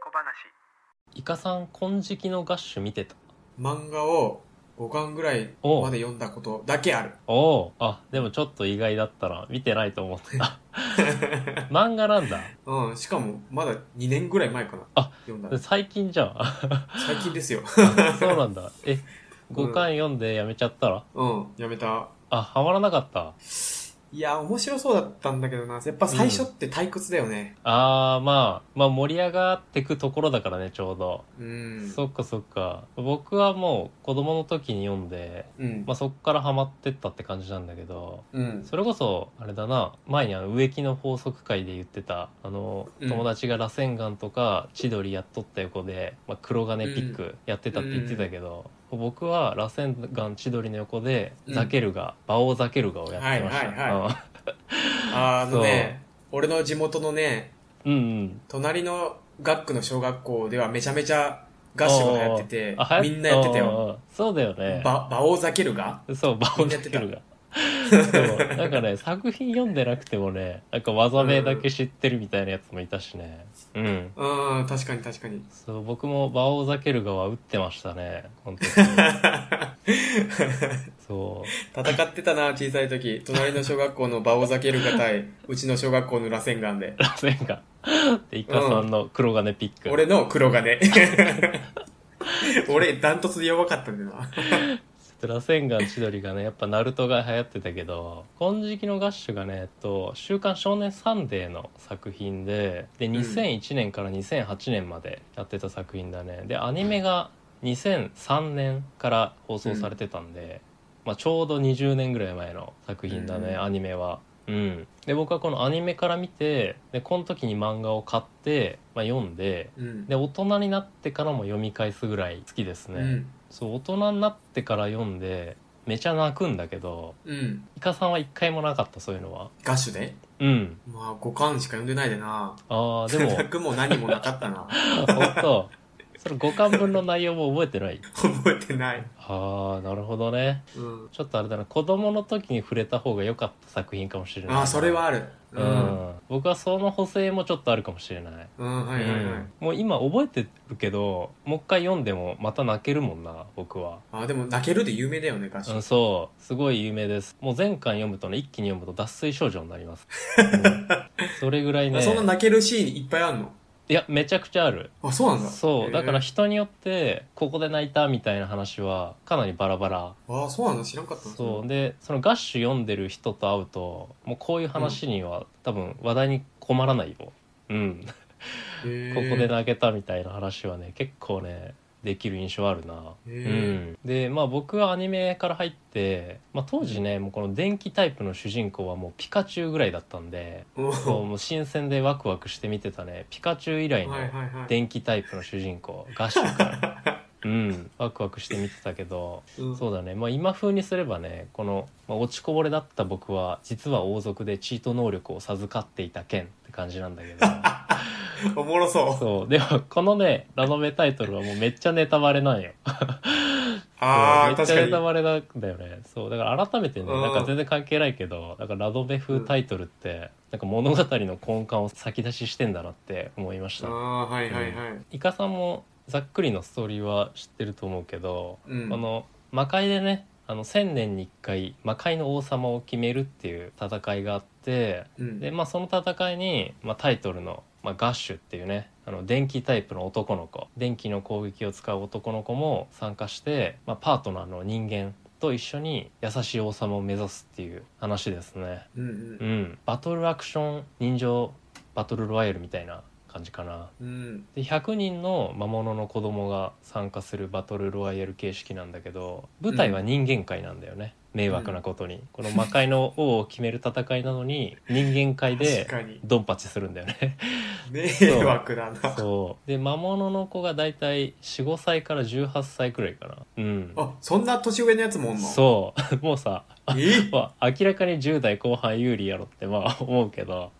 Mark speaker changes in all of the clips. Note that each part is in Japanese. Speaker 1: 小話
Speaker 2: イカさん金色のガッシュ見てた
Speaker 3: 漫画を5巻ぐらい
Speaker 2: おう
Speaker 3: まで読んだことだけある。
Speaker 2: おおあでもちょっと意外だったら見てないと思って た漫画なんだ
Speaker 3: うん、しかもまだ2年ぐらい前かな。
Speaker 2: あ
Speaker 3: 読んだの
Speaker 2: 最近 じゃんあ
Speaker 3: 最近ですよ。
Speaker 2: そうなんだえ5巻読んでやめちゃったら、
Speaker 3: うん、やめた。
Speaker 2: あハマらなかった
Speaker 3: いや、面白そうだったんだけどな。やっぱ最初って退屈だよね。
Speaker 2: あーまあまあ盛り上がってくところだからねちょうど、
Speaker 3: うん。
Speaker 2: そっかそっか僕はもう子供の時に読んで、
Speaker 3: うん
Speaker 2: ま。あ、そっからハマってったって感じなんだけど
Speaker 3: うん。
Speaker 2: それこそあれだな前にあの植木の法則会で言ってたあの
Speaker 3: うん
Speaker 2: 友達が螺旋丸とか千鳥やっとった横で、まあ、黒金ピックやってたって言ってたけど、僕は螺旋丸千鳥の横で
Speaker 3: うん
Speaker 2: ザケルガ、馬王ザケルガをやってました、
Speaker 3: はいはいはあのね、俺の地元のね、
Speaker 2: うんうんうん
Speaker 3: 隣の学区の小学校ではめちゃめちゃ合唱がやってて
Speaker 2: あ、は
Speaker 3: みんなやってたよ。
Speaker 2: あそうだよね
Speaker 3: ば、馬王ザケルが
Speaker 2: そう、バオザケルが。そうなんかね、作品読んでなくてもね、なんか技名だけ知ってるみたいなやつもいたしね。うん。
Speaker 3: うん、確かに確かに。
Speaker 2: そう、僕もバオザケルガは打ってましたね、本当に。 そ
Speaker 3: 戦ってたな、小さい時。隣の小学校の馬王ザケルが 対、うちの小学校の螺旋岩で
Speaker 2: う、。螺旋が。で、イカさんの黒金ピック。
Speaker 3: 俺の黒 金。俺、ダントツで弱かったんだよな。
Speaker 2: 螺旋岩千鳥がねやっぱナルトが流行ってたけど金色のガッシュがね、えっと「週刊少年サンデー」の作品でで
Speaker 3: ん
Speaker 2: 2001年から2008年までやってた作品だねでアニメが2003年から放送されてたんで、まあ、ちょうど20年ぐらい前の作品だね、
Speaker 3: うん
Speaker 2: アニメは。うん、で僕はこのアニメから見てでこの時に漫画を買って、まあ、読んで
Speaker 3: うん。
Speaker 2: で大人になってからも読み返すぐらい好きですね。
Speaker 3: うん。
Speaker 2: そう大人になってから読んでめちゃ泣くんだけど
Speaker 3: うん。
Speaker 2: イカさんは一回もなかったそういうのは
Speaker 3: ガッシュで
Speaker 2: うん
Speaker 3: まあ、5巻しか読んでないでな。
Speaker 2: ああでも
Speaker 3: 泣くも何もなかったな。
Speaker 2: 本当それ5巻分の内容も覚えてない
Speaker 3: 覚えてない。
Speaker 2: ああなるほどね
Speaker 3: うん。
Speaker 2: ちょっとあれだな子供の時に触れた方が良かった作品かもしれない
Speaker 3: ああ、それはある。
Speaker 2: う
Speaker 3: うん。
Speaker 2: ん、僕はその補正もちょっとあるかもしれない、
Speaker 3: うん、はいはいはい。
Speaker 2: うんもう今覚えてるけどもう一回読んでもまた泣けるもんな僕は
Speaker 3: ああ、でも泣けるで有名だよね、ガッシ
Speaker 2: うん、
Speaker 3: ュ。
Speaker 2: そうすごい有名ですもう前巻読むとね一気に読むと脱水症状になります、うんそれぐらいね
Speaker 3: そんな泣けるシーンいっぱいあんの
Speaker 2: いやめちゃくちゃある
Speaker 3: あ、そうなんだ。
Speaker 2: そうだから
Speaker 3: へえ
Speaker 2: 人によってここで泣いたみたいな話はかなりバラバラ
Speaker 3: ああ、そうなんだ。知らんかったな
Speaker 2: そうでそのガッシュ読んでる人と会うともうこういう話には多分話題に困らないようん、
Speaker 3: へえ
Speaker 2: ここで泣けたみたいな話はね結構ねできる印象あるな
Speaker 3: へ
Speaker 2: うん、でまあ僕はアニメから入って、まあ、当時ねもうこの電気タイプの主人公はもうピカチュウぐらいだったんで
Speaker 3: お
Speaker 2: こう
Speaker 3: ー
Speaker 2: もう新鮮でワクワクして見てたねピカチュウ以来の
Speaker 3: はいはいはい。
Speaker 2: 電気タイプの主人公ガッシュから うんワクワクして見てたけど
Speaker 3: うん
Speaker 2: そうだね、まあ、今風にすればねこの、まあ、落ちこぼれだった僕は実は王族でチート能力を授かっていた剣って感じなんだけど
Speaker 3: おもろそう。
Speaker 2: そうでもこのねラノベタイトルはもうめっちゃネタバレなんよ
Speaker 3: あ
Speaker 2: そう
Speaker 3: あ、
Speaker 2: めっち
Speaker 3: 確
Speaker 2: ゃ
Speaker 3: か
Speaker 2: ネ
Speaker 3: に。
Speaker 2: タバレなんだよねそうだから改めてね
Speaker 3: うん
Speaker 2: なんか全然関係ないけどなんかラドベ風タイトルってなんか物語の根幹を先出ししてんだなって思いまし
Speaker 3: あ
Speaker 2: た、
Speaker 3: あ、はいはいはい。
Speaker 2: イカさんもざっくりのストーリーは知ってると思うけど、
Speaker 3: うん
Speaker 2: この魔界でねあの1,000年に1回魔界の王様を決めるっていう戦いがあって
Speaker 3: うん
Speaker 2: で、まあ、その戦いに、まあ、タイトルの、まあ、ガッシュっていうねあの電気タイプの男の子電気の攻撃を使う男の子も参加して、まあ、パートナーの人間と一緒に優しい王様を目指すっていう話ですね。
Speaker 3: うん
Speaker 2: う
Speaker 3: うん
Speaker 2: ん、バトルアクション人情バトルロワイヤルみたいな感じかな。
Speaker 3: うん。
Speaker 2: で100人の魔物の子供が参加するバトルロワイヤル形式なんだけど舞台は人間界なんだよね、迷惑なことに、この魔界の王を決める戦いなのに人間界
Speaker 3: 確
Speaker 2: で
Speaker 3: かに。
Speaker 2: ドンパチするんだよね
Speaker 3: 迷惑だな。
Speaker 2: そうで魔物の子がだいたい45歳から18歳くらいかなうん
Speaker 3: あ、そんな年上のやつもおんの
Speaker 2: そう もうさ
Speaker 3: え
Speaker 2: まあ、明らかに10代後半有利やろってまあ思うけ ど、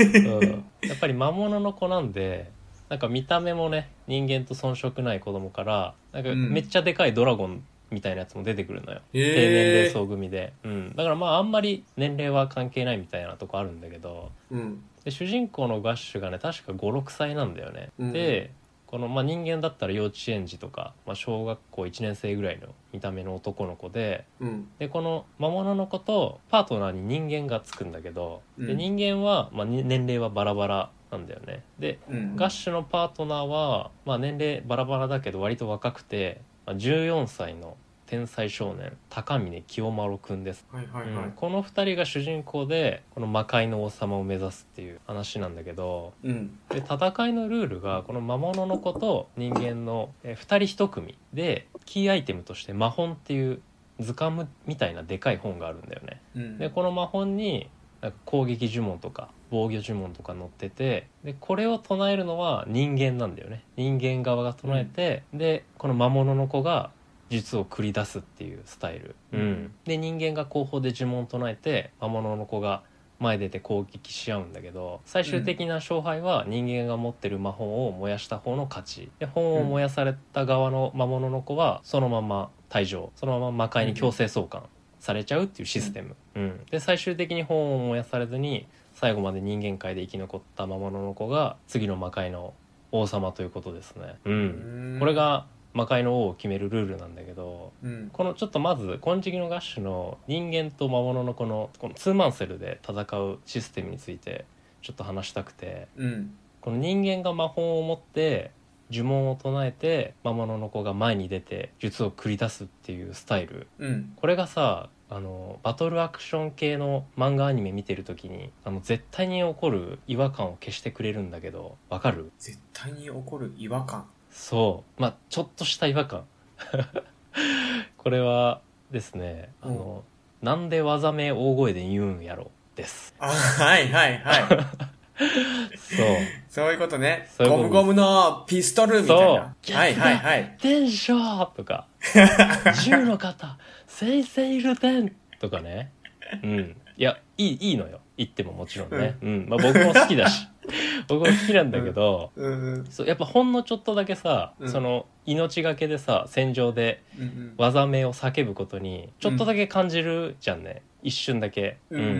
Speaker 2: うん、やっぱり魔物の子なんでなんか見た目もね人間と遜色ない子供からなんか
Speaker 3: うん
Speaker 2: めっちゃでかいドラゴンみたいなやつも出てくるのよ、低年齢
Speaker 3: えー
Speaker 2: 層組で、うん、だからまああんまり年齢は関係ないみたいなとこあるんだけど
Speaker 3: うん。
Speaker 2: で主人公のガッシュがね確か56歳なんだよね、
Speaker 3: うん
Speaker 2: でこの、まあ、人間だったら幼稚園児とか、まあ、小学校1年生ぐらいの見た目の男の子で
Speaker 3: うん
Speaker 2: でこの魔物の子とパートナーに人間がつくんだけど、
Speaker 3: う
Speaker 2: で
Speaker 3: ん
Speaker 2: 人間は、まあ、に年齢はバラバラなんだよね。で
Speaker 3: うん
Speaker 2: ガッシュのパートナーは、まあ、年齢バラバラだけど割と若くて、まあ、14歳の天才少年高峰清丸くんです、
Speaker 3: はいはいは
Speaker 2: うん
Speaker 3: い
Speaker 2: この2人が主人公でこの魔界の王様を目指すっていう話なんだけど
Speaker 3: うん
Speaker 2: で戦いのルールがこの魔物の子と人間の2人1組でキーアイテムとして魔本っていう図鑑みたいなでかい本があるんだよね。
Speaker 3: うん
Speaker 2: でこの魔本になんか攻撃呪文とか防御呪文とか載っててでこれを唱えるのは人間なんだよね人間側が唱えて、でこの魔物の子が術を繰り出すっていうスタイル、
Speaker 3: うん
Speaker 2: で人間が後方で呪文を唱えて魔物の子が前出て攻撃し合うんだけど最終的な勝敗は人間が持ってる魔法を燃やした方の勝ちで本を燃やされた側の魔物の子はそのまま退場そのまま魔界に強制送還されちゃうっていうシステム、うんで最終的に本を燃やされずに最後まで人間界で生き残った魔物の子が次の魔界の王様ということですね、う
Speaker 3: うんん
Speaker 2: これが魔界の王を決めるルールなんだけど
Speaker 3: うん
Speaker 2: このちょっとまず金色のガッシュの人間と魔物のこのこのツーマンセルで戦うシステムについてちょっと話したくて
Speaker 3: うん
Speaker 2: この人間が魔法を持って呪文を唱えて魔物の子が前に出て術を繰り出すっていうスタイル
Speaker 3: うん
Speaker 2: これがさあのバトルアクション系の漫画アニメ見てる時にあの絶対に起こる違和感を消してくれるんだけどわかる
Speaker 3: 絶対に起こる違和感
Speaker 2: そうまあちょっとした違和感 これはですねあの、なんで技名大声で言うんやろです
Speaker 3: あはいはいはい
Speaker 2: そう
Speaker 3: そういうことね
Speaker 2: そういうこ
Speaker 3: ゴ
Speaker 2: と
Speaker 3: ムゴムのピストルみたいな
Speaker 2: そう
Speaker 3: はいはいはい
Speaker 2: 天章と か銃の方セイセイル天とかねうんいやいいいいのよ言ってももちろんね、うんまあ、僕も好きだし僕も好きなんだけど、
Speaker 3: うんうん
Speaker 2: そうやっぱほんのちょっとだけさ、
Speaker 3: うん
Speaker 2: その命がけでさ戦場で
Speaker 3: うん
Speaker 2: 技名を叫ぶことにちょっとだけ感じるじゃんね、一瞬だけ、
Speaker 3: うんうんうんう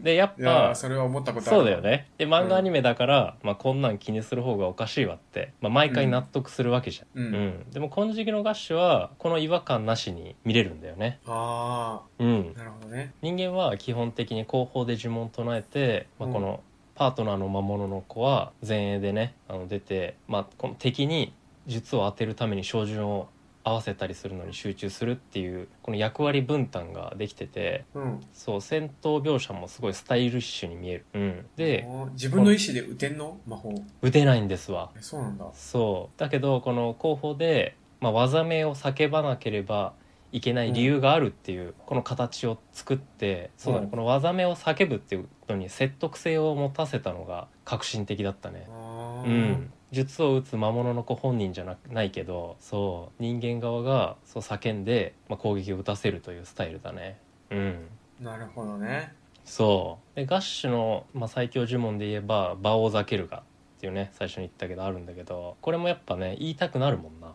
Speaker 3: ん
Speaker 2: でやっ
Speaker 3: いや
Speaker 2: ぱ
Speaker 3: ーそれは思ったことある
Speaker 2: そうだよねで漫画アニメだから、まあ、こんなん気にする方がおかしいわって、まあ、毎回納得するわけじゃん、
Speaker 3: う
Speaker 2: うん
Speaker 3: ん
Speaker 2: でも「金色のガッシュ」はこの違和感なしに見れるんだよね
Speaker 3: あ
Speaker 2: うん
Speaker 3: あなるほどね
Speaker 2: 人間は基本的に後方で呪文を唱えて、まあ、
Speaker 3: うん
Speaker 2: このパートナーの魔物の子は前衛でねあの出て、まあ、この敵に術を当てるために照準を合わせたりするのに集中するっていうこの役割分担ができてて
Speaker 3: うん
Speaker 2: そう戦闘描写もすごいスタイリッシュに見える、うん、で
Speaker 3: おー自分の意思で打てんの魔法
Speaker 2: 打てないんですわ
Speaker 3: えそうなんだ
Speaker 2: そうだけどこの後方で、まあ、技名を叫ばなければいけない理由があるっていう、この形を作ってそうだね、
Speaker 3: うん
Speaker 2: この技名を叫ぶっていうのに説得性を持たせたのが革新的だったね。
Speaker 3: あ
Speaker 2: う
Speaker 3: ー
Speaker 2: ん、術を打つ魔物の子本人じゃなないけどそう人間側がそう叫んで、まあ、攻撃を打たせるというスタイルだね。うん
Speaker 3: なるほどね
Speaker 2: そうでガッシュの、まあ、最強呪文で言えば「場を避けるが」っていうね最初に言ったけどあるんだけどこれもやっぱね言いたくなるもんな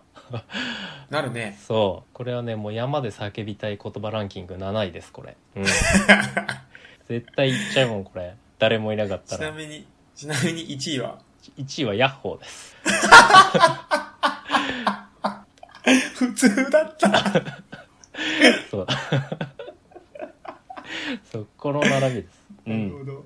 Speaker 3: なるね
Speaker 2: そうこれはねもう山で叫びたい言葉ランキング7位ですこれ、 うん、絶対言っちゃうもんこれ誰もいなかった
Speaker 3: ちな
Speaker 2: ら
Speaker 3: みにちなみに1位は
Speaker 2: 1位はヤッホーです
Speaker 3: 普通だった
Speaker 2: そうそうこの並びです、う
Speaker 3: なる
Speaker 2: ん、
Speaker 3: ほど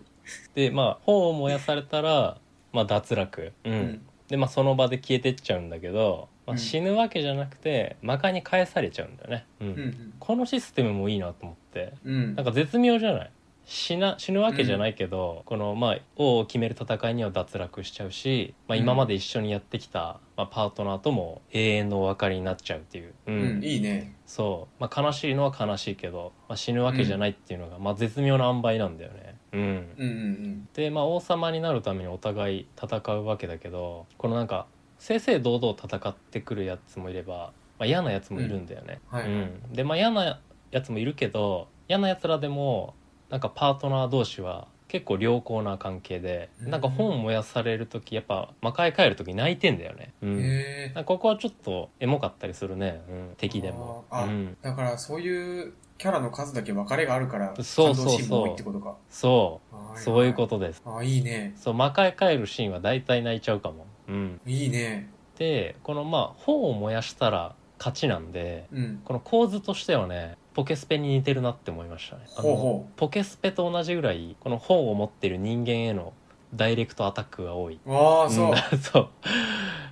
Speaker 2: でまあ本を燃やされたらまあ脱落う
Speaker 3: うん
Speaker 2: でまあその場で消えてっちゃうんだけど、ま
Speaker 3: う
Speaker 2: あ、
Speaker 3: ん
Speaker 2: 死ぬわけじゃなくて魔界に返されちゃうんだよね、うん
Speaker 3: うん
Speaker 2: このシステムもいいなと思って
Speaker 3: うん
Speaker 2: なんか絶妙じゃない死な死ぬわけじゃないけど、このまあ王を決める戦いには脱落しちゃうし、まあ、今まで一緒にやってきた、まあ、パートナーとも永遠のお別れになっちゃうっていう、うん
Speaker 3: うんいいね
Speaker 2: そう、まあ、悲しいのは悲しいけど、まあ、死ぬわけじゃないっていうのが、まあ、絶妙な塩梅なんだよねうん
Speaker 3: うんうん
Speaker 2: で、まあ、王様になるためにお互い戦うわけだけどこのなんか正々堂々戦ってくるやつもいれば、まあ、嫌なやつもいるんだよね。
Speaker 3: うんはい
Speaker 2: うんで、まあ、嫌なやつもいるけど嫌なやつらでもなんかパートナー同士は結構良好な関係で、
Speaker 3: うん
Speaker 2: なんか本燃やされる時やっぱ魔界帰る時泣いてんだよね。う
Speaker 3: うんんへえ
Speaker 2: なんかここはちょっとエモかったりするね、うん、敵でも。
Speaker 3: あーあ
Speaker 2: うん
Speaker 3: だからそういうキャラの数だけ別れがあるから
Speaker 2: そうそうそう
Speaker 3: 感動シーンも多いってことか
Speaker 2: そ
Speaker 3: あ
Speaker 2: う
Speaker 3: ー
Speaker 2: そういうことです。
Speaker 3: あーいいね
Speaker 2: そう魔界帰るシーンは大体泣いちゃうかも。うん
Speaker 3: いいね
Speaker 2: っでこのまあ本を燃やしたら勝ちなんで
Speaker 3: うん。
Speaker 2: この構図としてはねポケスペに似てるなって思いましたねあの
Speaker 3: ほうほ。
Speaker 2: ポケスペと同じぐらいこの本を持ってる人間へのダイレクトアタックが多いう
Speaker 3: ああ、
Speaker 2: う
Speaker 3: そ
Speaker 2: ん そう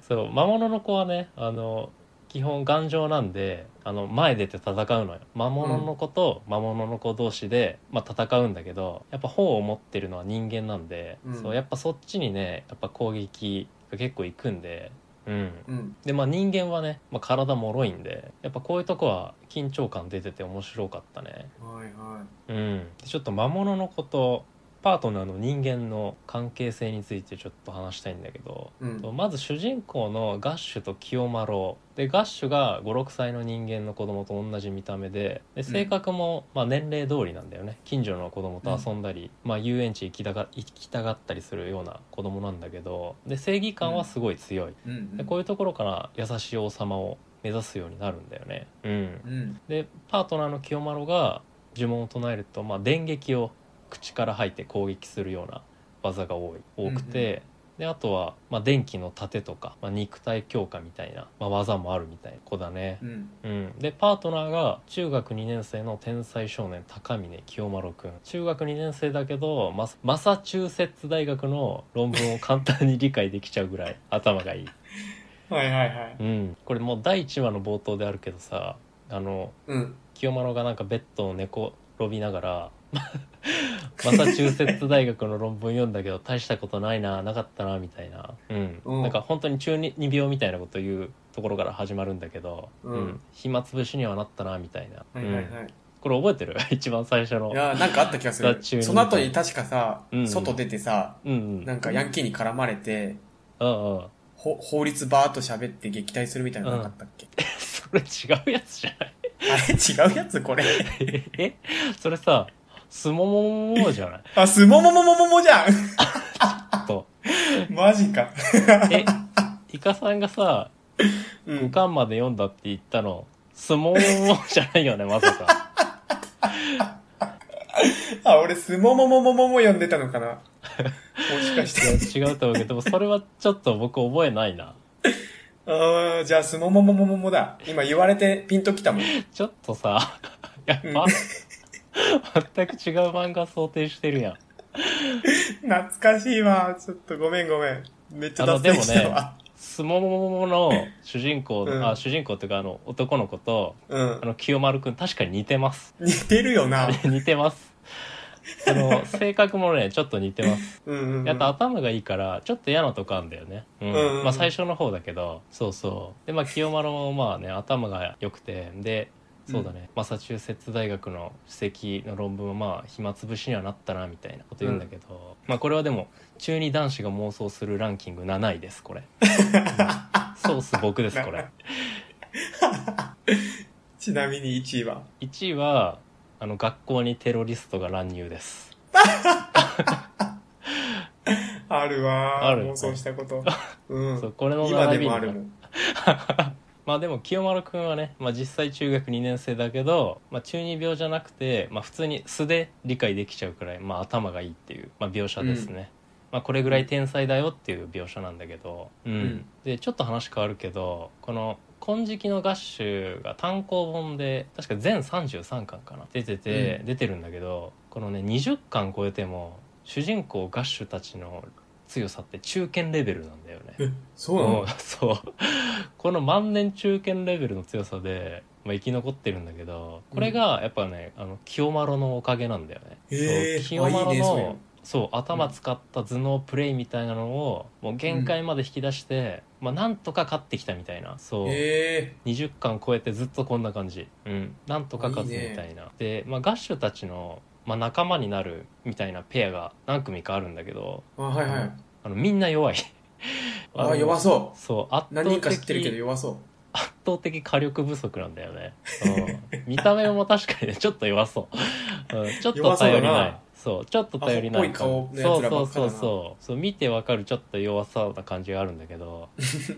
Speaker 2: そう魔物の子はねあの基本頑丈なんであの前出て戦うのよ魔物の子と魔物の子同士で、まあ、戦うんだけどやっぱ砲を持ってるのは人間なんで、
Speaker 3: うん
Speaker 2: そうやっぱそっちにねやっぱ攻撃が結構いくんで。うん、
Speaker 3: う。うん。
Speaker 2: でまあ人間はね、まあ、体脆いんでやっぱこういうとこは緊張感出てて面白かったね
Speaker 3: はいは
Speaker 2: うん、ちょっと魔物の子とパートナーの人間の関係性についてちょっと話したいんだけど、
Speaker 3: い。うん。
Speaker 2: まず主人公のガッシュと清丸でガッシュが56歳の人間の子供と同じ見た目でで性格も、まあ、年齢通りなんだよね近所の子供と遊んだり、まあ、遊園地行きたが行きたがったりするような子供なんだけどで正義感はすごい強い、
Speaker 3: うんう
Speaker 2: で
Speaker 3: ん。
Speaker 2: こういうところから優しい王様を目指すようになるんだよね。うん、
Speaker 3: うん。
Speaker 2: でパートナーの清丸が呪文を唱えると、まあ、電撃を口から吐いて攻撃するような技が多い多くて、であとは、まあ、電気の盾とか、まあ、肉体強化みたいな、まあ、技もあるみたいな子だね
Speaker 3: う、ん。
Speaker 2: うん、でパートナーが中学2年生の天才少年高峰清丸くん中学2年生だけどマスマサチューセッツ大学の論文を簡単に理解できちゃうぐらい頭がいい、
Speaker 3: はいはいはい。
Speaker 2: うん、これもう第1話の冒頭であるけどさあの
Speaker 3: うん。
Speaker 2: 清丸がなんかベッドを寝転びながら マサチューセッツ大学の論文読んだけど大したことないななかったなみたいな、うん
Speaker 3: うん
Speaker 2: なんか本当に中二病みたいなこと言うところから始まるんだけど、
Speaker 3: うん
Speaker 2: 暇つぶしにはなったなみたいな、
Speaker 3: はいはい
Speaker 2: うん
Speaker 3: はい。
Speaker 2: これ覚えてる 一番最初の
Speaker 3: いやー、なんかあった気がする
Speaker 2: 雑。中に
Speaker 3: その後に確かさ
Speaker 2: う、ん
Speaker 3: 外出てさ、
Speaker 2: うんうん
Speaker 3: なんかヤンキーに絡まれて、
Speaker 2: うん うん
Speaker 3: ほ法律バーっと喋って撃退するみたいなのなかったっけ、
Speaker 2: それ違うやつじゃない
Speaker 3: あれ違うやつこれ。
Speaker 2: えそれさスモモモモじゃない
Speaker 3: あ、すももももももじゃん
Speaker 2: と
Speaker 3: マジか。
Speaker 2: えイカさんがさ
Speaker 3: う
Speaker 2: 五
Speaker 3: ん。
Speaker 2: 巻まで読んだって言ったの相撲じゃないよねまさか
Speaker 3: あ、俺、すもももももも読んでたの かな。もしかして。
Speaker 2: いや違うと思うけどでもそれはちょっと僕覚えないな
Speaker 3: あーじゃあ、すももももももだ。今言われてピンときたもん。
Speaker 2: ちょっとさやっぱ、
Speaker 3: うん
Speaker 2: 全く違う漫画想定してるやん
Speaker 3: 懐かしいわ。ちょっとごめんごめん。めっちゃ
Speaker 2: あの
Speaker 3: 脱線したわ。
Speaker 2: 相撲の主人公、
Speaker 3: うん
Speaker 2: あ主人公っていうかあの男の子と
Speaker 3: うん
Speaker 2: あ。の清丸くん確かに似てます
Speaker 3: 似てるよな。
Speaker 2: 似てますその性格もねちょっと似てます
Speaker 3: うんうん、うん。
Speaker 2: やっぱ頭がいいからちょっと嫌なとこあんだよね、うん
Speaker 3: うんうん
Speaker 2: まあ、最初の方だけどそうそうでまあ清丸もまあね頭が良くてでそうだね、マサチューセッツ大学の史跡の論文はまあ暇つぶしにはなったなみたいなこと言うんだけど、まあこれはでも中二男子が妄想するランキング7位ですこれ、うんソース僕です これ
Speaker 3: ちなみに1位は。
Speaker 2: 1位はあの学校にテロリストが乱入です
Speaker 3: あるわー。
Speaker 2: ある
Speaker 3: 妄想したこと。う。
Speaker 2: そうんこれの
Speaker 3: 今
Speaker 2: 並
Speaker 3: で
Speaker 2: びに
Speaker 3: もあるもん。
Speaker 2: まあでも清丸くんはね、まあ、実際中学2年生だけど、まあ、中二病じゃなくて、まあ、普通に素で理解できちゃうくらい、まあ、頭がいいっていう、まあ、描写ですね、まあ、これぐらい天才だよっていう描写なんだけど、うん
Speaker 3: ん
Speaker 2: でちょっと話変わるけどこの「金色のガッシュ」が単行本で確か全33巻かな出てて、
Speaker 3: う
Speaker 2: 出てるんだけどこのね20巻超えても主人公ガッシュたちの強さって中堅レベルなんだよね。
Speaker 3: え、そうな
Speaker 2: う
Speaker 3: の
Speaker 2: んそうこの万年中堅レベルの強さで、まあ、生き残ってるんだけどこれがやっぱね、あの清丸のおかげなんだよね、
Speaker 3: へ
Speaker 2: そ
Speaker 3: ー
Speaker 2: う清丸
Speaker 3: あいいねそういう
Speaker 2: の
Speaker 3: の
Speaker 2: そう頭使った頭脳プレイみたいなのをもう限界まで引き出して、まあ、なんとか勝ってきたみたいなそう、
Speaker 3: え
Speaker 2: 20巻超えてずっとこんな感じ、うん、なんとか勝つみたいなで、まあ、ガッシュたちの、まあ、仲間になるみたいなペアが何組かあるんだけど
Speaker 3: ー。あ、はいはい。
Speaker 2: あのみんな弱い
Speaker 3: あ
Speaker 2: の
Speaker 3: ー、弱そう。
Speaker 2: そう圧倒
Speaker 3: 何人か知ってるけど
Speaker 2: 的
Speaker 3: 弱そう。
Speaker 2: 圧倒的火力不足なんだよね、うん、見た目も確かにねち ょっと弱そう、うん、ちょっと
Speaker 3: 弱そう
Speaker 2: 頼
Speaker 3: だな
Speaker 2: りないそうちょっと頼りない
Speaker 3: アホっぽい
Speaker 2: そ
Speaker 3: 顔
Speaker 2: う
Speaker 3: のやつ
Speaker 2: そ
Speaker 3: らば
Speaker 2: う
Speaker 3: っか
Speaker 2: そう
Speaker 3: だな
Speaker 2: そうそう見てわかるちょっと弱そうな感じがあるんだけ ど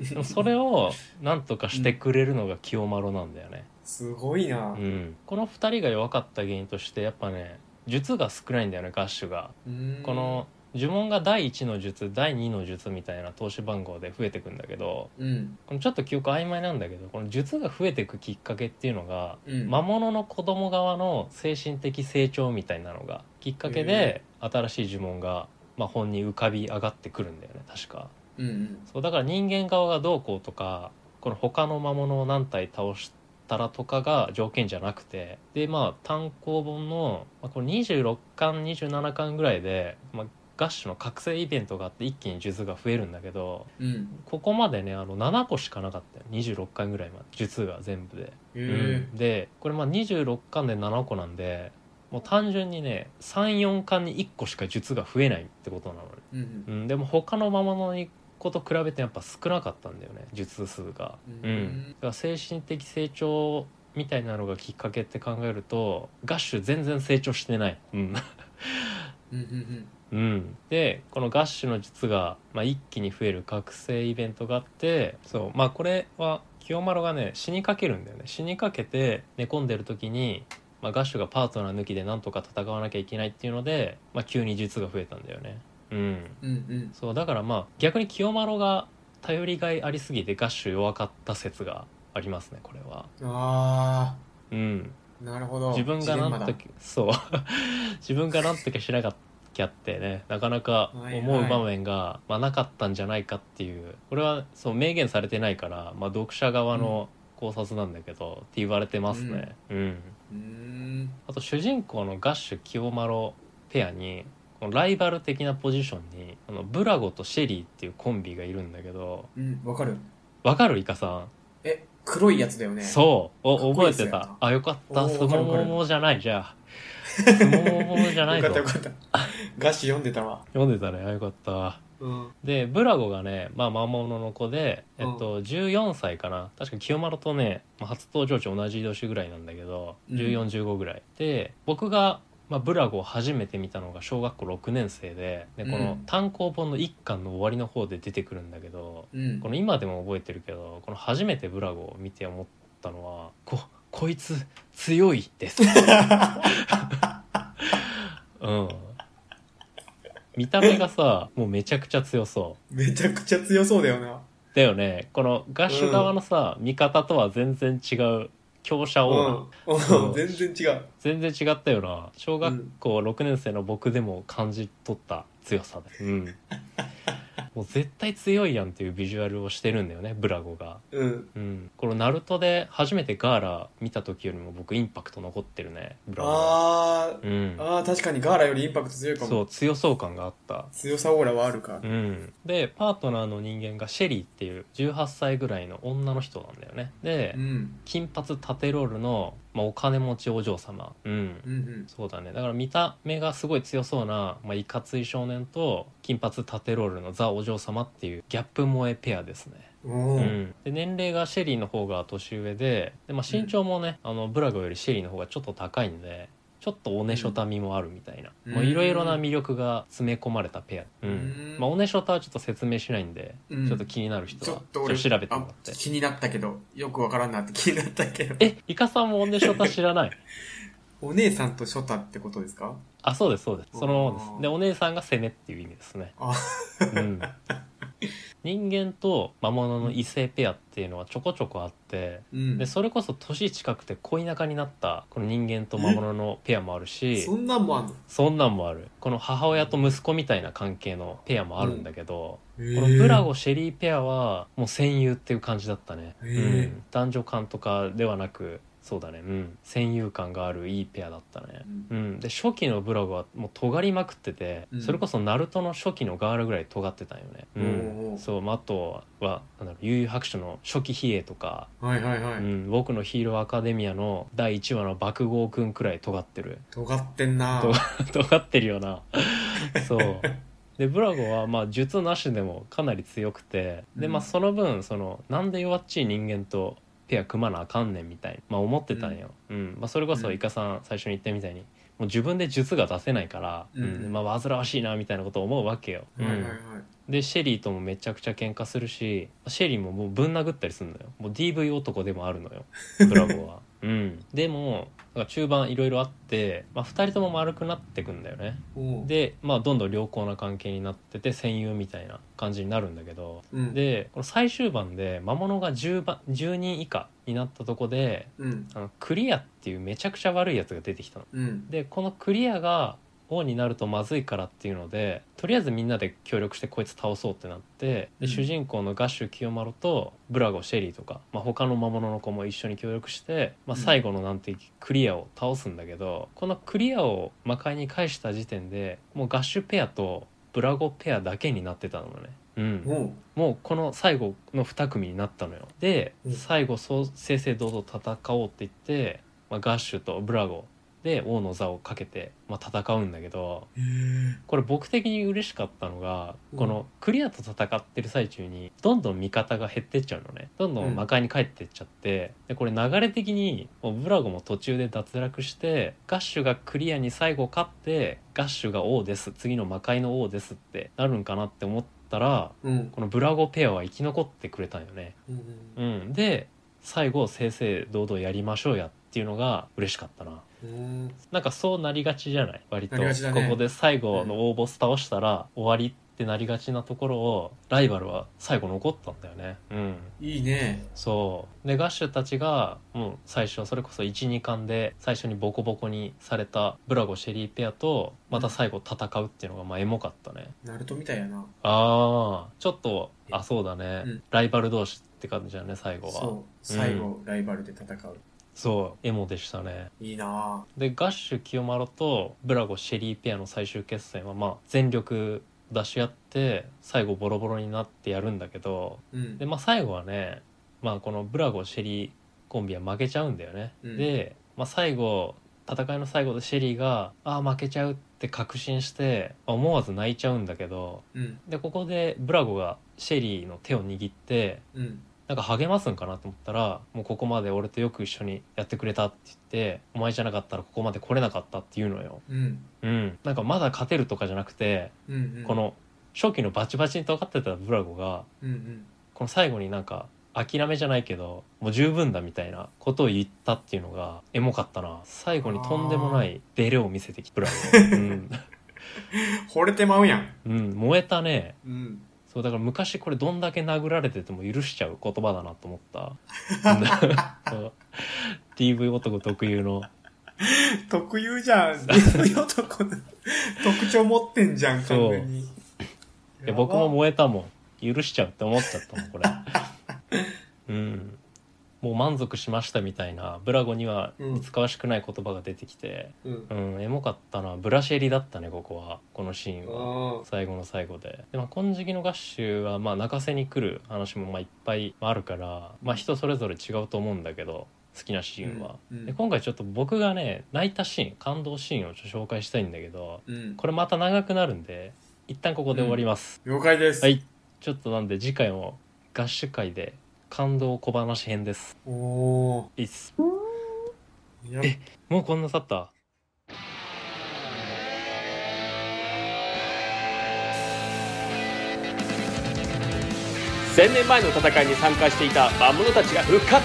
Speaker 2: でもそれをなんとかしてくれるのが清丸なんだよね、
Speaker 3: すごいな
Speaker 2: う。ん、この2人が弱かった原因としてやっぱね術が少ないんだよねガッシュが
Speaker 3: うーん
Speaker 2: この呪文が第1の術第2の術みたいな投資番号で増えてくんだけど
Speaker 3: うん
Speaker 2: このちょっと記憶曖昧なんだけどこの術が増えてくきっかけっていうのが
Speaker 3: うん
Speaker 2: 魔物の子供側の精神的成長みたいなのがきっかけで新しい呪文が、まあ、本に浮かび上がってくるんだよね確か
Speaker 3: うんうん
Speaker 2: そうだから人間側がどうこうとかこの他の魔物を何体倒したらとかが条件じゃなくてでまあ単行本の,、まあ、この26巻27巻ぐらいで、まあ、ガッシュの覚醒イベントがあって一気に術が増えるんだけど
Speaker 3: うん
Speaker 2: ここまでねあの7個しかなかったよ26巻ぐらいまで術が全部で。
Speaker 3: へえ
Speaker 2: でこれまあ26巻で7個なんでもう単純にね34巻に1個しか術が増えないってことなのね、
Speaker 3: うんうん
Speaker 2: うん、でも他の魔物にこと比べてやっぱ少なかったんだよね術数が、
Speaker 3: うん
Speaker 2: だから精神的成長みたいなのがきっかけって考えるとガッシュ全然成長してない、うん
Speaker 3: うんうん
Speaker 2: うん、でこのガッシュの術が、まあ、一気に増える覚醒イベントがあってそうまあこれは清丸がね死にかけるんだよね死にかけて寝込んでる時に、まあ、ガッシュがパートナー抜きでなんとか戦わなきゃいけないっていうので、まあ、急に術が増えたんだよねうん
Speaker 3: うんうん
Speaker 2: そうだからまあ逆に清丸が頼りがいありすぎてガッシュ弱かった説がありますねこれは
Speaker 3: うんあ
Speaker 2: うん
Speaker 3: あなるほど
Speaker 2: 自分がなんと
Speaker 3: ジレンマだ
Speaker 2: きそう 自分がなんとかしなかったきゃってねなかなか思う場面が、まあ、なかったんじゃないかっていうこれはそう明言されてないから、まあ、読者側の考察なんだけど、って言われてますね、うん
Speaker 3: うーん
Speaker 2: あと主人公のガッシュ清丸ペアにこのライバル的なポジションにこのブラゴとシェリーっていうコンビがいるんだけど
Speaker 3: うんわかる
Speaker 2: わかるイカさん
Speaker 3: え黒いやつだよね
Speaker 2: そう
Speaker 3: かっこい
Speaker 2: お
Speaker 3: い
Speaker 2: 覚え
Speaker 3: です
Speaker 2: て
Speaker 3: よ
Speaker 2: たあよかった
Speaker 3: おー
Speaker 2: ス
Speaker 3: わかる
Speaker 2: モ
Speaker 3: わかる
Speaker 2: モモじゃないじゃあスモモモじゃない
Speaker 3: よ
Speaker 2: ぞ
Speaker 3: かったよかったガッシュ読んでたわ
Speaker 2: 読んでたねあよかった
Speaker 3: うん
Speaker 2: でブラゴがね、まあ、魔物の子で、えっと14歳かな確か清丸とね、まあ、初登場時同じ年ぐらいなんだけど
Speaker 3: うん
Speaker 2: 1415ぐらい、で僕が、まあ、ブラゴを初めて見たのが小学校6年生ででこ
Speaker 3: う
Speaker 2: の
Speaker 3: ん
Speaker 2: 単行本の1巻の終わりの方で出てくるんだけど、
Speaker 3: うん
Speaker 2: この今でも覚えてるけどこの初めてブラゴを見て思ったのはここいつ強いです うん見た目がさもうめちゃくちゃ強そう
Speaker 3: めちゃくちゃ強そうだよな
Speaker 2: だよねこのガッシュ側のさ、見方とは全然違う強者オーラ、
Speaker 3: うんうん全然違う
Speaker 2: 全然違ったよな小学校6年生の僕でも感じ取った強さで、うん、 もう絶対強いやんっていうビジュアルをしてるんだよねブラゴが
Speaker 3: うん
Speaker 2: うん、この「ナルトで初めてガーラ見た時よりも僕インパクト残ってるねブラボー
Speaker 3: あ
Speaker 2: う
Speaker 3: ー
Speaker 2: ん、
Speaker 3: あー確かにガーラよりインパクト強いか
Speaker 2: そ
Speaker 3: も
Speaker 2: う強そう感があった、
Speaker 3: 強さオーラはあるか
Speaker 2: うん、でパートナーの人間がシェリーっていう18歳ぐらいの女の人なんだよねで
Speaker 3: うん
Speaker 2: 金髪縦ロールの、まあ、お金持ちお嬢様うん
Speaker 3: うんうん
Speaker 2: そうだねだから見た目がすごい強そうな、まあ、いかつい少年と金髪縦ロールのザお嬢様っていうギャップ萌えペアですね
Speaker 3: おー
Speaker 2: で年齢がシェリーの方が年上でで、まあ、身長もね、あのブラゴよりシェリーの方がちょっと高いんでちょっとおねしょたみもあるみたいな
Speaker 3: うん
Speaker 2: もういろいろな魅力が詰め込まれたペア、うん
Speaker 3: うん
Speaker 2: まあ、おねしょたはちょっと説明しないんで、
Speaker 3: うん
Speaker 2: ちょっと気になる人
Speaker 3: ちょ
Speaker 2: は
Speaker 3: っと俺
Speaker 2: ちょっと調べてもらって
Speaker 3: あ気になったけどよくわからんなって気になったけど
Speaker 2: えイカさんもおねしょた知 らない
Speaker 3: お姉さんとショタってことですか
Speaker 2: あそうですそうですそのままで
Speaker 3: あ
Speaker 2: す
Speaker 3: ー
Speaker 2: でお姉さんが攻めっていう意味ですね
Speaker 3: あ
Speaker 2: うん、人間と魔物の異性ペアっていうのはちょこちょこあって
Speaker 3: うん
Speaker 2: でそれこそ年近くて恋仲になったこの人間と魔物のペアもあるし
Speaker 3: そんなんもあんの
Speaker 2: そんなんもあるこの母親と息子みたいな関係のペアもあるんだけど、
Speaker 3: こ
Speaker 2: このブラゴシェリーペアはもう戦友っていう感じだったね、
Speaker 3: へー
Speaker 2: うん男女間とかではなくそうだねうん戦友感があるいいペアだったねうん、で初期のブラゴはもう尖りまくってて、
Speaker 3: うん
Speaker 2: それこそナルトの初期のガールぐらい尖ってたんよね、う
Speaker 3: おうお
Speaker 2: ん、
Speaker 3: う
Speaker 2: そうまああとはなんだろう悠々白書の初期比叡とか
Speaker 3: はいはいは
Speaker 2: う
Speaker 3: い
Speaker 2: ん、僕のヒーローアカデミアの第1話の爆豪くんくらい尖ってる
Speaker 3: 尖ってんな
Speaker 2: 尖尖ってるよな そうでブラゴはまあ術なしでもかなり強くてでまあ
Speaker 3: うん
Speaker 2: その分そのなんで弱っちい人間とペア組まなあかんねんみたいに、まあ、思ってたんよ、うんまあ、それこそ
Speaker 3: うん
Speaker 2: イカさん最初に言ったみたいにもう自分で術が出せないから、
Speaker 3: うん
Speaker 2: まあ、煩わしいなみたいなことを思うわけよ、
Speaker 3: はいはいはい
Speaker 2: でシェリーともめちゃくちゃ喧嘩するしシェリーももうぶん殴ったりするのよもう DV 男でもあるのよブラボーはうん、でもなんか中盤いろいろあって、まあ、2人とも丸くなってくんだよね
Speaker 3: おう、
Speaker 2: で、まあ、どんどん良好な関係になってて戦友みたいな感じになるんだけど
Speaker 3: うん、
Speaker 2: でこの最終盤で魔物が 10, 番10人以下になったとこで
Speaker 3: うん、
Speaker 2: あのクリアっていうめちゃくちゃ悪いやつが出てきたの。
Speaker 3: うん、
Speaker 2: でこのクリアが王になるとまずいからっていうのでとりあえずみんなで協力してこいつ倒そうってなってで、
Speaker 3: うん
Speaker 2: 主人公のガッシュ清丸とブラゴシェリーとか、まあ、他の魔物の子も一緒に協力して、まあ、
Speaker 3: うん
Speaker 2: 最後のなんていうクリアを倒すんだけど、このクリアを魔界に返した時点でもうガッシュペアとブラゴペアだけになってたのね。うん、
Speaker 3: おう、
Speaker 2: もうこの最後の2組になったのよで
Speaker 3: うん
Speaker 2: 最後そう正々堂々戦おうって言って、まあ、ガッシュとブラゴで王の座をかけて、まあ、戦うんだけど
Speaker 3: へえ、
Speaker 2: これ僕的に嬉しかったのが、
Speaker 3: うん
Speaker 2: このクリアと戦ってる最中にどんどん味方が減ってっちゃうのねどんど
Speaker 3: うん
Speaker 2: ん魔界に帰ってっちゃってでこれ流れ的にもうブラゴも途中で脱落してガッシュがクリアに最後勝ってガッシュが王です次の魔界の王ですってなるんかなって思ったら
Speaker 3: うん、うん
Speaker 2: このブラゴペアは生き残ってくれたんよね、
Speaker 3: うん
Speaker 2: うん、で最後正々堂々やりましょうやっていうのが嬉しかったな
Speaker 3: うん、
Speaker 2: なんかそうなりがちじゃない割と、
Speaker 3: なりがちだ
Speaker 2: こ
Speaker 3: ね
Speaker 2: こで最後の大ボス倒したら終わりってなりがちなところをライバルは最後残ったんだよねうん
Speaker 3: いいね。
Speaker 2: そうでガッシュたちがもう最初それこそ12巻で最初にボコボコにされたブラゴシェリーペアとまた最後戦うっていうのがまあエモかったね
Speaker 3: ナルトみたいやな。
Speaker 2: ああちょっとあそうだね、
Speaker 3: うん
Speaker 2: ライバル同士って感じだね最後はそう
Speaker 3: そう、最後、ライバルで戦う。
Speaker 2: エモでしたね
Speaker 3: いいな
Speaker 2: でガッシュ清丸とブラゴシェリーペアの最終決戦はまあ全力出し合って最後ボロボロになってやるんだけど
Speaker 3: ぁ。うん
Speaker 2: で、まあ最後はねまあこのブラゴシェリーコンビは負けちゃうんだよね、
Speaker 3: うん
Speaker 2: で、まあ、最後戦いの最後でシェリーが「ああ負けちゃう」って確信してまあ思わず泣いちゃうんだけど
Speaker 3: うん、
Speaker 2: でここでブラゴがシェリーの手を握って
Speaker 3: うん、
Speaker 2: なんか励ますんかなと思ったら「もうここまで俺とよく一緒にやってくれた」って言って「お前じゃなかったらここまで来れなかった」って言うのよ。
Speaker 3: うん、
Speaker 2: うん、なんかまだ勝てるとかじゃなくて、
Speaker 3: うん、うん。
Speaker 2: こ、の初期のバチバチに尖ってたブラゴが
Speaker 3: うん、うん。
Speaker 2: この最後になんか諦めじゃないけどもう十分だみたいなことを言ったっていうのがエモかったな最後にとんでもないデレを見せてきたブラ ゴ、うん
Speaker 3: 惚れてまうやん。
Speaker 2: うん、燃えたね
Speaker 3: うん。
Speaker 2: そうだから昔これどんだけ殴られてても許しちゃう言葉だなと思った。 そう DV 男特有の。
Speaker 3: 特有じゃん。DV 男の特徴持ってんじゃん、
Speaker 2: そう
Speaker 3: 完全に。
Speaker 2: いや僕も燃えたもん。許しちゃうって思っちゃったもん、こ れ。うん。もう満足しましたみたいな、ブラゴには
Speaker 3: うん
Speaker 2: 似つかわしくない言葉が出てきて、
Speaker 3: う。うん。
Speaker 2: うん、エモかったな。ブラシェリだったね、ここは。このシーンは。
Speaker 3: あ
Speaker 2: 最後の最後でで、まあ、金色の合衆はまあ泣かせに来る話もまあいっぱいあるから、まあ、人それぞれ違うと思うんだけど好きなシーンは、
Speaker 3: うんうん
Speaker 2: で今回ちょっと僕がね泣いたシーン感動シーンをちょっと紹介したいんだけど
Speaker 3: あ。うん。
Speaker 2: これまた長くなるんで一旦ここで終わります、
Speaker 3: 了解です。
Speaker 2: は。いちょっとなんで次回も合衆会で感動小話編です
Speaker 3: おお
Speaker 2: いいっす
Speaker 3: ー。や
Speaker 2: えもうこんな経った
Speaker 1: 1000年前の戦いに参加していた魔物たちが復活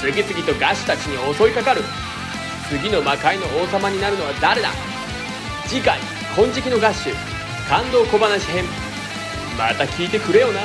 Speaker 1: 次々と餓死たちに襲いかかる次の魔界の王様になるのは誰だ次回「金色の合衆感動小話編」また聞いてくれよな